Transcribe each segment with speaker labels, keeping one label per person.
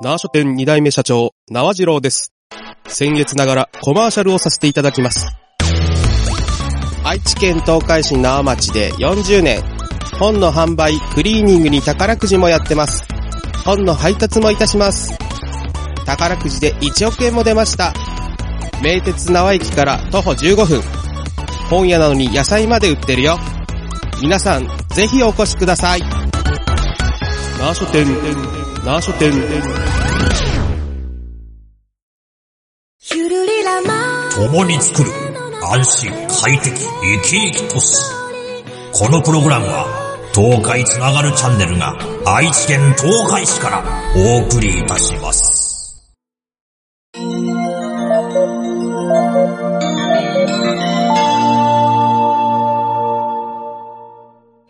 Speaker 1: 縄書店2代目社長、縄次郎です。先月ながらコマーシャルをさせていただきます。愛知県東海市縄町で40年、本の販売、クリーニングに宝くじもやってます。本の配達もいたします。宝くじで1億円も出ました。名鉄縄駅から徒歩15分。本屋なのに野菜まで売ってるよ。皆さん、ぜひお越しください。縄書店、縄書店。
Speaker 2: シュルリラマ
Speaker 3: 共に作る安心快適生き生き都市このプログラムは東海つながるチャンネルが愛知県東海市からお送りいたします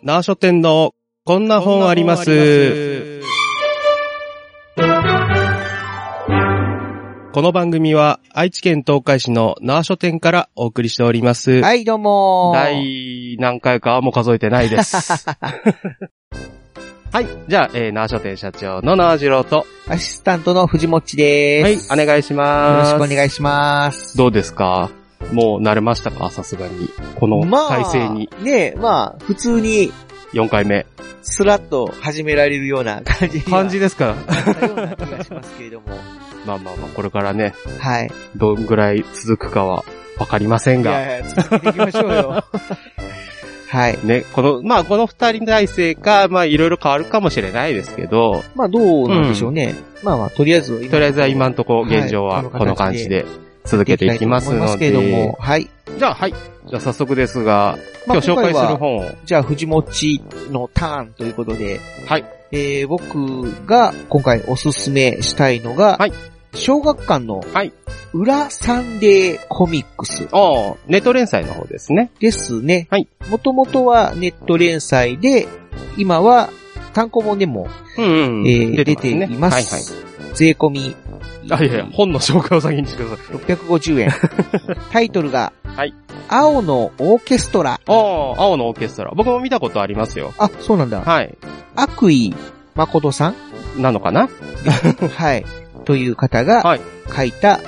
Speaker 1: 縄書店のこんな本あります。この番組は愛知県東海市の縄書店からお送りしております。
Speaker 4: はい、どうもー。
Speaker 1: 第何回かはもう数えてない です。はい。じゃあ、えー、縄書店社長の縄次郎と、
Speaker 4: アシスタントの藤もっちで
Speaker 1: はい
Speaker 4: ー、す。
Speaker 1: お願いします。
Speaker 4: よろしくお願いします。
Speaker 1: どうですかもう慣れましたかさすがに。この体勢に
Speaker 4: まあ、ねえ、まあ、普通に、
Speaker 1: 4回目。
Speaker 4: スラッと始められるよ うな感じには
Speaker 1: 感じですから。
Speaker 4: なったような気がしますけれども。
Speaker 1: まあまあまあ、これからね、
Speaker 4: はい。
Speaker 1: どんぐらい続くかはわかりません
Speaker 4: い
Speaker 1: が。
Speaker 4: やいや、続けていきましょ うよ。はい。
Speaker 1: ね、この、まあこの二人体制か、まあいろいろ変わるかもしれないですけど、
Speaker 4: まあ、どうなんでしょうね。まあまあ、とりあえずは今、
Speaker 1: とりあえずは今のとこ
Speaker 4: はい
Speaker 1: 現状はこの感じで続
Speaker 4: 続
Speaker 1: けていきますの
Speaker 4: けれど
Speaker 1: で
Speaker 4: も、。はい。
Speaker 1: じゃあはい。じゃあ早速ですが、今
Speaker 4: まあ
Speaker 1: 日紹介する。本を。
Speaker 4: じゃあ、藤もっちのターンということで、
Speaker 1: はい。
Speaker 4: えー、僕が今回おすすめしたいのが、
Speaker 1: はい
Speaker 4: 小学館の
Speaker 1: はい、
Speaker 4: 裏サンデーコミックス
Speaker 1: おーネット連載の方ですね。
Speaker 4: ですね。
Speaker 1: はい。
Speaker 4: もともとはネット連載で、今は単行本でも、
Speaker 1: うんうん。
Speaker 4: えー出て
Speaker 1: ね
Speaker 4: います。
Speaker 1: はいはい。
Speaker 4: 税込み。
Speaker 1: あ、いやいや、本の紹介を先にしてください。
Speaker 4: 650円。 タイトルが、
Speaker 1: はい
Speaker 4: 青のオーケストラ。
Speaker 1: ああ、青のオーケストラ。僕も見たことありますよ。
Speaker 4: あ、そうなんだ。
Speaker 1: はい。
Speaker 4: 悪意誠さん
Speaker 1: なのかな
Speaker 4: はい。という方が
Speaker 1: はい
Speaker 4: 書いた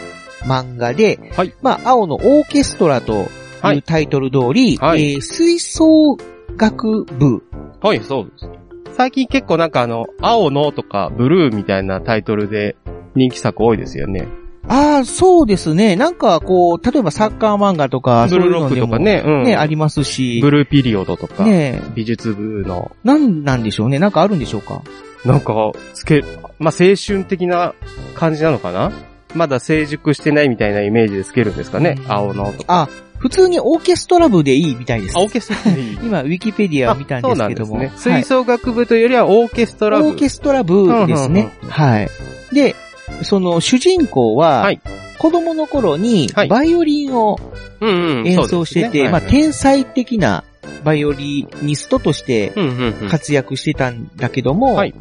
Speaker 4: 漫画で、
Speaker 1: はい
Speaker 4: まあ、青のオーケストラと
Speaker 1: はい
Speaker 4: いうタイトル通り、
Speaker 1: はい
Speaker 4: えー吹奏楽部。
Speaker 1: はい、そうです。最近結構なんかあの、青のとかブルーみたいなタイトルで人気作多いですよね。
Speaker 4: ああ、そうですね。なんか、こう、例えばサッカー漫画とか、
Speaker 1: ブルーロッ
Speaker 4: そう
Speaker 1: ク
Speaker 4: いう
Speaker 1: と
Speaker 4: の
Speaker 1: か
Speaker 4: でもね、
Speaker 1: ね、うん。
Speaker 4: ありますし
Speaker 1: ブ、ルーピリオドとか、
Speaker 4: ねえ、
Speaker 1: 美術部の、
Speaker 4: なんなんでしょうね。なんかあるんでしょうか。
Speaker 1: なんか、つけ、まあ、青春的な感じなのかなまだ成熟してないみたいなイメージでつけるんですかね、
Speaker 4: うん
Speaker 1: 青のとか。
Speaker 4: あ、普通にオーケストラ部でいいみたいです
Speaker 1: あ、。オーケストラでいい
Speaker 4: 今、ウィキペディアを見たんですけども。
Speaker 1: あそうなんですね。
Speaker 4: は
Speaker 1: 吹
Speaker 4: い
Speaker 1: 奏楽部というよりはオーケストラ部。
Speaker 4: オーケストラ部ですね。はい。で、その主人公は、
Speaker 1: はい
Speaker 4: 子供の頃に
Speaker 1: はい
Speaker 4: バイオリンを
Speaker 1: うんうん、
Speaker 4: 演奏してて、まあ、天才的なバイオリニストとして
Speaker 1: うんうんうん。
Speaker 4: 活躍してたんだけども、
Speaker 1: はい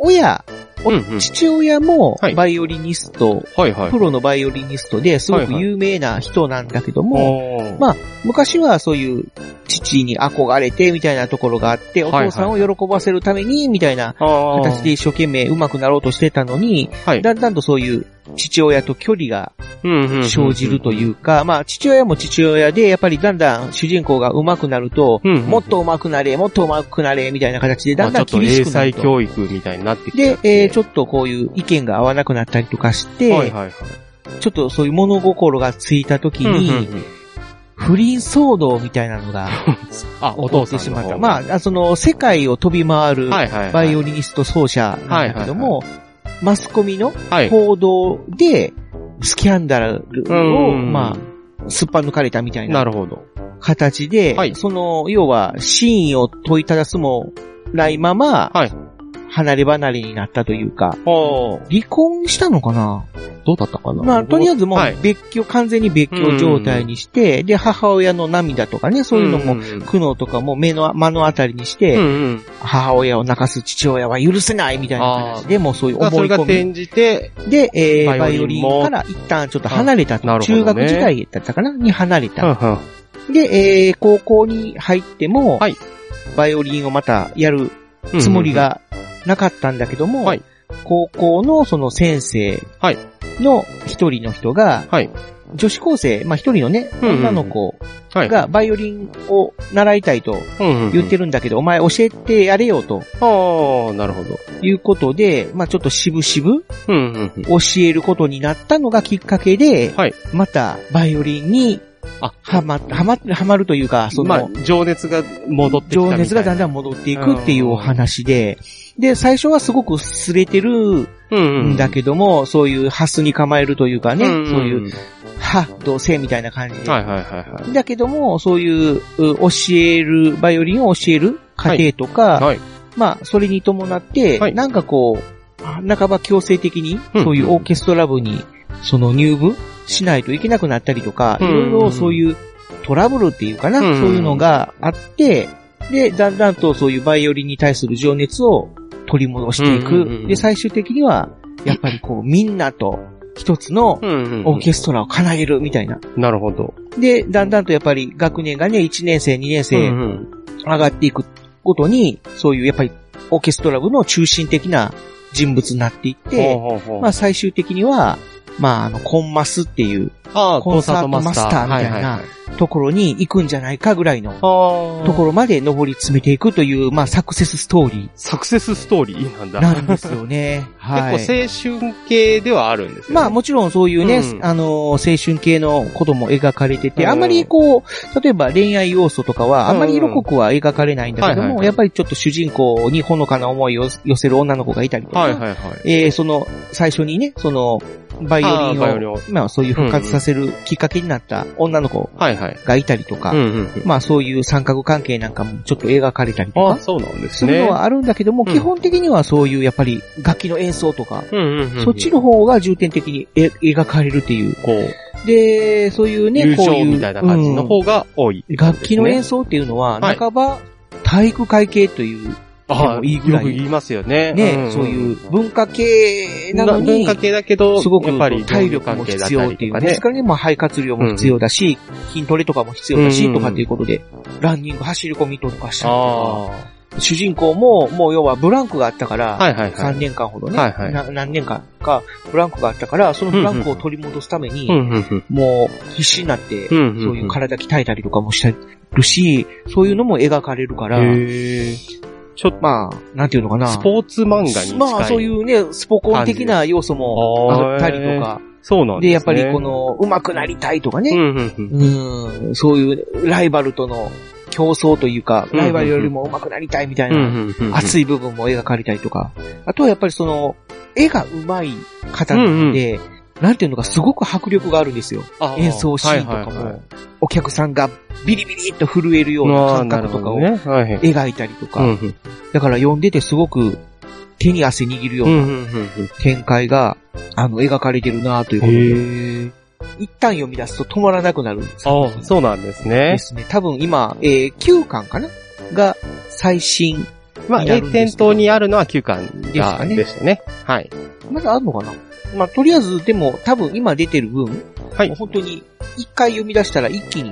Speaker 4: 親、
Speaker 1: うんうん
Speaker 4: 父親も
Speaker 1: はい
Speaker 4: バイオリニスト、
Speaker 1: はいはい。
Speaker 4: プロのバイオリニストですごく有名な人なんだけども、
Speaker 1: おー
Speaker 4: ま昔はそういう父に憧れてみたいなところがあって、お
Speaker 1: はいはい
Speaker 4: 父さんを喜ばせるためにみたいな
Speaker 1: あー
Speaker 4: 形で一生懸命上手くなろうとしてたのに、
Speaker 1: はい
Speaker 4: だんだんとそういう父親と距離が生じるというか、まあ父親も父親で、やっぱりだんだん主人公が上手くなると、
Speaker 1: うんうんうん、
Speaker 4: もっと上手くなれ、もっと上手くなれ、みたいな形で、だんだ
Speaker 1: ま
Speaker 4: ん
Speaker 1: あちょっと
Speaker 4: 厳し
Speaker 1: 英
Speaker 4: くなる
Speaker 1: 才
Speaker 4: と。
Speaker 1: 教育みたいになってきちゃ
Speaker 4: で
Speaker 1: っ、て
Speaker 4: えーちょっとこういう意見が合わなくなったりとかして、
Speaker 1: はいはいはい。
Speaker 4: ちょっとそういう物心がついた時に、
Speaker 1: うんうんうん
Speaker 4: 不倫騒動みたいな のが
Speaker 1: あ、お
Speaker 4: 起
Speaker 1: 父
Speaker 4: こっ
Speaker 1: さ
Speaker 4: て
Speaker 1: ん
Speaker 4: し
Speaker 1: の
Speaker 4: まっ
Speaker 1: 方
Speaker 4: た。
Speaker 1: が。
Speaker 4: まあ、あその、世界を飛び回る
Speaker 1: はいはいはい。
Speaker 4: バイオリニスト奏者なんだけども、マスコミの
Speaker 1: はい。
Speaker 4: 報道で、スキャンダルを、
Speaker 1: うん
Speaker 4: まあ、すっぱ抜かれたみたい
Speaker 1: な
Speaker 4: な
Speaker 1: るほど。
Speaker 4: 形で、
Speaker 1: はい
Speaker 4: その、要は、真意を問いただすもないまま、
Speaker 1: はい
Speaker 4: 離れ離れになったというか、
Speaker 1: おー
Speaker 4: 離婚したのかな
Speaker 1: どうだったかな
Speaker 4: まあ、とりあえずも、
Speaker 1: はいう
Speaker 4: 別居、完全に別居状態にして、で、母親の涙とかね、そういうのも、
Speaker 1: んん
Speaker 4: 苦悩とかも目の、目の当たりにし
Speaker 1: う
Speaker 4: て、
Speaker 1: んうん。
Speaker 4: 母親を泣かす父親は許せないみたいな形で、もうそういう
Speaker 1: まあそ
Speaker 4: 思
Speaker 1: れ
Speaker 4: い
Speaker 1: が
Speaker 4: 込み
Speaker 1: 転じて、
Speaker 4: で、えー
Speaker 1: バ
Speaker 4: バ
Speaker 1: イ
Speaker 4: イ
Speaker 1: オ
Speaker 4: オ
Speaker 1: リ
Speaker 4: リ
Speaker 1: ンも
Speaker 4: ンから一旦ちょっと離れたと。
Speaker 1: あなるほどね
Speaker 4: 中学時代だったかなに離れ
Speaker 1: うんう
Speaker 4: た。
Speaker 1: ん
Speaker 4: で、えー高校に入っても、
Speaker 1: はい
Speaker 4: バイオリンをまたやる
Speaker 1: うん
Speaker 4: つもり。がなかったんだけども、
Speaker 1: はい
Speaker 4: 高校のその先生
Speaker 1: はい
Speaker 4: の一人の人が、
Speaker 1: はい
Speaker 4: 女子高生、まあ一人のね、
Speaker 1: うんうんうん
Speaker 4: 女の子
Speaker 1: はい。
Speaker 4: がバイオリンを習いたいと言って
Speaker 1: る。
Speaker 4: るんだけど、お前教えてやれよと
Speaker 1: ああ、なるほど。
Speaker 4: いうことで、まあちょっと渋々
Speaker 1: うんうんうん。
Speaker 4: 教えることになったのがきっかけで、
Speaker 1: はい
Speaker 4: またバイオリンに、
Speaker 1: あ
Speaker 4: はま、はま、はまるというか、その、
Speaker 1: まあ、情熱が戻ってきたみ
Speaker 4: 情
Speaker 1: たいな。
Speaker 4: 熱がだんだん戻っていくっていうお話で、で、最初はすごく擦れてる
Speaker 1: うんうん
Speaker 4: んだけども、そういうハスに構えるというかね、
Speaker 1: んん
Speaker 4: そういう、。は、どうせみたいな感じで。
Speaker 1: はいはいはいはい。
Speaker 4: だけども、そういう、う教える、バイオリンを教える過程とか、
Speaker 1: はい。
Speaker 4: まあ、それに伴って、
Speaker 1: はい
Speaker 4: なんかこう、半ば強制的に、
Speaker 1: うん
Speaker 4: そういうオーケストラ部に、その入部しないといけなくなったりとか、
Speaker 1: う
Speaker 4: い
Speaker 1: ん
Speaker 4: ろいろそういうトラブルっていうかな、
Speaker 1: うん
Speaker 4: そういうのがあって、で、だんだんとそういうバイオリンに対する情熱を取り戻してい
Speaker 1: う
Speaker 4: く。
Speaker 1: んうんうん
Speaker 4: で、最終的には、やっぱりこう、みんなと一つの
Speaker 1: うんうん
Speaker 4: オーケストラを奏でるみたいな。
Speaker 1: なるほど。
Speaker 4: で、だんだんとやっぱり学年がね、1年生、2年生、
Speaker 1: うんうん
Speaker 4: 上がっていくごとに、そういうやっぱりオーケストラ部の中心的な人物になっていって、
Speaker 1: ほうほうほう
Speaker 4: まあ最終的には、まああの、コンマスっていう
Speaker 1: あー
Speaker 4: コンサートマスターみたいな
Speaker 1: ははは
Speaker 4: ところに行くんじゃないかぐらいの
Speaker 1: あ
Speaker 4: とこ
Speaker 1: ろ。
Speaker 4: ろまで上り詰めていくという、まあサクセスストーリ
Speaker 1: サクセスストーリーなん
Speaker 4: ー
Speaker 1: だ。
Speaker 4: なんです よね。はい。
Speaker 1: 結構青春系ではあるんですよね。
Speaker 4: まあもちろんそういうね、
Speaker 1: うん
Speaker 4: あのー、青春系のことも描かれてて、
Speaker 1: うん
Speaker 4: あんまりこう、例えば恋愛要素とかは、あんまり色濃くは描かれないんだけ
Speaker 1: うん
Speaker 4: ど
Speaker 1: はいはい
Speaker 4: も、
Speaker 1: はい
Speaker 4: やっぱりちょっと主人公にほのかな思いを寄せる女の子がいたりとか、
Speaker 1: はいはいはい。
Speaker 4: えーその、最初にね、その、バイオ
Speaker 1: あ
Speaker 4: リ
Speaker 1: ー
Speaker 4: ン
Speaker 1: バイオ
Speaker 4: を、
Speaker 1: リンを
Speaker 4: まあそういう復活させるきっかけになった女の子
Speaker 1: はいはい。
Speaker 4: がいたりとか、
Speaker 1: うんうんうん。
Speaker 4: まあそういう三角関係なんかもちょっと描かれたりと
Speaker 1: あ
Speaker 4: か
Speaker 1: ー、、そうなんです
Speaker 4: する
Speaker 1: ね
Speaker 4: の。はあるんだけども、
Speaker 1: うん
Speaker 4: 基本的にはそういうやっぱり楽器の演奏とか、
Speaker 1: うんうんうんうん
Speaker 4: そっちの方が重点的にえ描かれるっていう。
Speaker 1: こう、
Speaker 4: で、そういうね、
Speaker 1: 優
Speaker 4: こう
Speaker 1: 勝
Speaker 4: いう。
Speaker 1: みたいな感じの
Speaker 4: うん
Speaker 1: 方が多い。
Speaker 4: 楽器の演
Speaker 1: 奏
Speaker 4: 奏っていうのは、
Speaker 1: はい
Speaker 4: 半ば体育会系という、
Speaker 1: あ
Speaker 4: も
Speaker 1: あ、
Speaker 4: いい
Speaker 1: よ
Speaker 4: ぐらい
Speaker 1: く言いますよね。
Speaker 4: ね、
Speaker 1: んん
Speaker 4: そういう文化系なの
Speaker 1: な
Speaker 4: に、
Speaker 1: 文化系だけど、
Speaker 4: すごく
Speaker 1: やっぱり
Speaker 4: 体力も必要っていうね。ですからね、まあ肺活量も必要だし、筋トレとかも必要だ
Speaker 1: う
Speaker 4: し、
Speaker 1: ん
Speaker 4: とかっていうことで、ランニング走り込みとかしたりと
Speaker 1: あ
Speaker 4: か、主人公も、もう要はブランクがあったか
Speaker 1: あ。
Speaker 4: ら、
Speaker 1: はいはいはい。
Speaker 4: 3年間ほどね、
Speaker 1: はいはい
Speaker 4: な何年間かブランクがあったから、そのブランクを取り戻すために、
Speaker 1: んうんうん。
Speaker 4: もう必死になって、
Speaker 1: うんんん
Speaker 4: そういう体鍛えたりとかもしてるし、そういうのも描かれるから、
Speaker 1: へえ。ちょっと、
Speaker 4: まあ、なんていうのかな。
Speaker 1: スポーツ漫画に近い。
Speaker 4: まあ、そういうね、スポコン的な要素もあったりとか。
Speaker 1: そうなんです
Speaker 4: で、
Speaker 1: ね。
Speaker 4: やっぱりこ、の、上手くなりたいとか
Speaker 1: うん
Speaker 4: ね。
Speaker 1: うんうん。
Speaker 4: うん、そういうライバルとの競争というか、
Speaker 1: うん
Speaker 4: ライバルよりも上手くなりたいみたいな、熱い部分も描かれたりとか。あとはやっぱりその、絵が上手い方なので、なんていうのかすごく迫力があるんですよ。
Speaker 1: あー
Speaker 4: 演奏シーンとか
Speaker 1: はいはいはい
Speaker 4: も、お客さんがビリビリっと震えるような感覚とか
Speaker 1: あ
Speaker 4: を
Speaker 1: ーなるほどね。はいはい。
Speaker 4: 描いたりと
Speaker 1: うんう
Speaker 4: か、
Speaker 1: ん
Speaker 4: だから読んでてすごく手に汗握るよ
Speaker 1: う
Speaker 4: うんな
Speaker 1: うんうんうん
Speaker 4: 展開が、あの、描かれてるなということで、
Speaker 1: へえ。
Speaker 4: 一旦読み出すと止まらなくなるんです
Speaker 1: ああ、そうなんですね
Speaker 4: で。すね。多分今、えー、9巻かなが最新。
Speaker 1: まあ、
Speaker 4: や
Speaker 1: 栄
Speaker 4: るんですけど
Speaker 1: 転島にあるのは9巻
Speaker 4: すか
Speaker 1: が
Speaker 4: ね
Speaker 1: でしたね。はい。
Speaker 4: まだあるのかなまあ、とりあえず、でも、多分今出てる分、
Speaker 1: はい
Speaker 4: もう本当に、一回読み出したら一気に、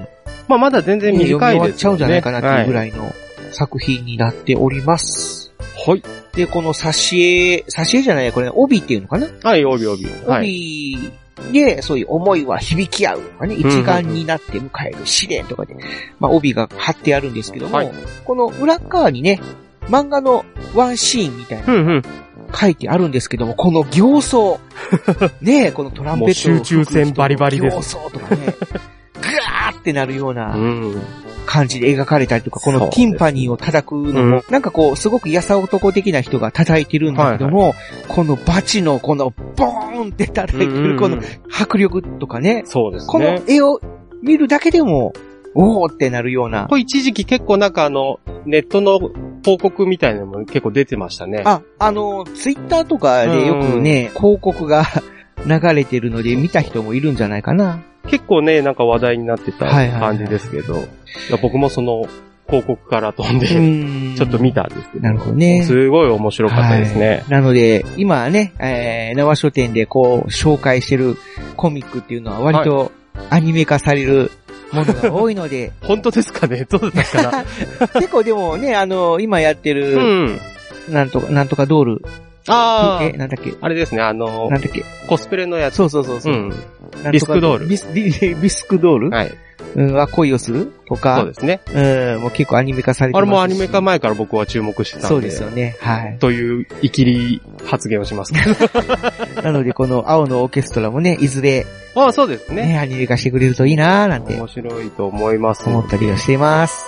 Speaker 1: まあ、まだ全然
Speaker 4: 読み終
Speaker 1: 短い
Speaker 4: わっ
Speaker 1: です
Speaker 4: ちゃ
Speaker 1: よ
Speaker 4: うん
Speaker 1: ね
Speaker 4: じゃないかなっていうぐ
Speaker 1: は
Speaker 4: らいの作品になっております。
Speaker 1: い。はい。
Speaker 4: で、この挿絵、挿絵じゃないやこれ、帯っていうのかな
Speaker 1: はい、帯帯。はい。
Speaker 4: 帯で、そういう思いは響き合うとかね、
Speaker 1: んうん
Speaker 4: 一丸になって迎える試練とかで、まあ帯が貼ってあるんですけども、
Speaker 1: はい
Speaker 4: この裏側にね、漫画のワンシーンみたいな
Speaker 1: う
Speaker 4: の
Speaker 1: んうん。
Speaker 4: 書いてあるんですけども、この 行走。ねえ、このトランペットを吹く人の。
Speaker 1: もう集中戦バリバリです
Speaker 4: 行走とかね。ぐわーってなるよう
Speaker 1: う。
Speaker 4: なん感じで描かれたりとか、
Speaker 1: そ
Speaker 4: この
Speaker 1: うです
Speaker 4: ティンパニーを叩くのも、なんかこう、すごくやさ男的な人が叩いてるんだけども、このバチのこのボーンって叩いてるこの迫力とかね、
Speaker 1: そうです
Speaker 4: この
Speaker 1: ね。
Speaker 4: 絵を見るだけでも、おーってなるような
Speaker 1: こ。れ一時期結構なんかあの、ネットの広告みたいなのも結構出てましたね。
Speaker 4: あ、あの、ツイッターとかでよくね、広告が 流れてるので見た人もいるんじゃないかな。
Speaker 1: 結構ね、なんか話題になってた
Speaker 4: はいはいはい
Speaker 1: 感じですけど、いや僕もその広告から飛ん
Speaker 4: う
Speaker 1: で、
Speaker 4: ーん
Speaker 1: ちょっと見。たんですけど、
Speaker 4: なるほどね。
Speaker 1: すごい面白かったですね。
Speaker 4: なので、今はね、えー、縄書店でこう、紹介してるコミックっていうのは割とアニメ化されるものが多いの で、
Speaker 1: 本当ですかねどうだった かな
Speaker 4: 結構でもね、あの、今やって
Speaker 1: う
Speaker 4: る、
Speaker 1: ん。
Speaker 4: なんとか、なんとかドール、
Speaker 1: あ
Speaker 4: え、
Speaker 1: あ、
Speaker 4: なんだっけ
Speaker 1: あれですね、あの
Speaker 4: な、んだっけ
Speaker 1: コスプレのやつ。
Speaker 4: そうそうそうそうう、
Speaker 1: ん。
Speaker 4: なんとか
Speaker 1: ビスクドール
Speaker 4: ビス、ビ ビスクドール、
Speaker 1: はい。
Speaker 4: うん、は恋をする
Speaker 1: そ
Speaker 4: と
Speaker 1: う
Speaker 4: か
Speaker 1: で、すね。
Speaker 4: うん、もう結構アニメ化されて
Speaker 1: あ
Speaker 4: ます
Speaker 1: れ
Speaker 4: し
Speaker 1: もアニメ化前から僕は注目してたんで。
Speaker 4: そうですよね。はい。
Speaker 1: という、イキリ発言をしますけど。
Speaker 4: なので、この青のオーケストラもね、いずれ、
Speaker 1: ああ、そうですね。
Speaker 4: ね、アニメ化してくれるといいなーなんて
Speaker 1: 面白いと思います。
Speaker 4: 思ったりはしています。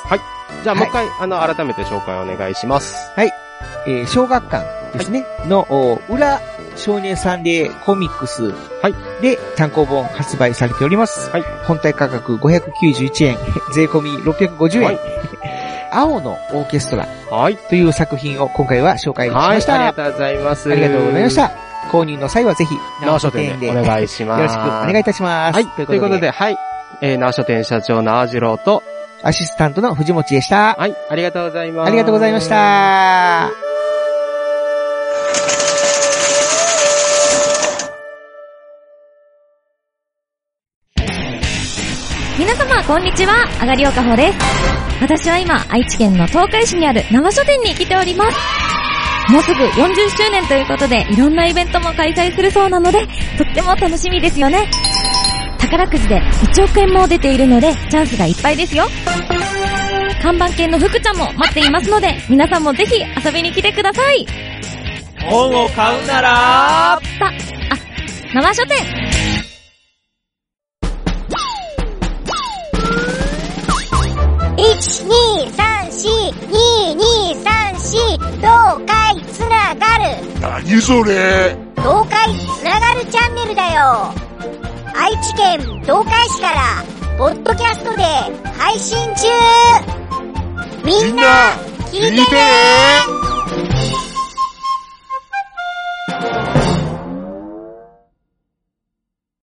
Speaker 1: じゃあ
Speaker 4: は
Speaker 1: もう
Speaker 4: い
Speaker 1: 一回、あの、改めて紹介お願いします。
Speaker 4: えー小学館ですね、の、お裏少年サンデーコミックスで単行本発売されております。
Speaker 1: はい
Speaker 4: 本体価格591円、税込み650円。
Speaker 1: はい
Speaker 4: 青のオーケストラ
Speaker 1: はい。
Speaker 4: という作品を今回は紹介し
Speaker 1: はい、あ
Speaker 4: まし
Speaker 1: り
Speaker 4: た。
Speaker 1: がとうございます。
Speaker 4: ありがとうございまし。た。購入の際はぜひ、
Speaker 1: 直書店でお
Speaker 4: よろ
Speaker 1: 願いします。
Speaker 4: しくお願いいたします。
Speaker 1: はい、ということで、、はい。えー、直書店社長直次郎と、
Speaker 4: アシスタントの藤持でした。
Speaker 1: はい、ありがとうございます。
Speaker 4: ありがとうございまし。た。
Speaker 5: 皆様、こんにちは。あがりおかほです。私は今、愛知県の東海市にある生書店に来ております。もうすぐ40周年ということで、いろんなイベントも開催するそうなので、とっても楽しみですよね。宝くじで1億円も出ているので、チャンスがいっぱいですよ。看板犬の福ちゃんも待っていますので、皆さんもぜひ遊びに来てください。
Speaker 1: 本を買うなら
Speaker 5: さ、あ、生書店
Speaker 2: 12342234東海つながる
Speaker 6: 何それ
Speaker 2: 東海つながるチャンネルだよ愛知県東海市からポッドキャストで配信中みんな聞いてね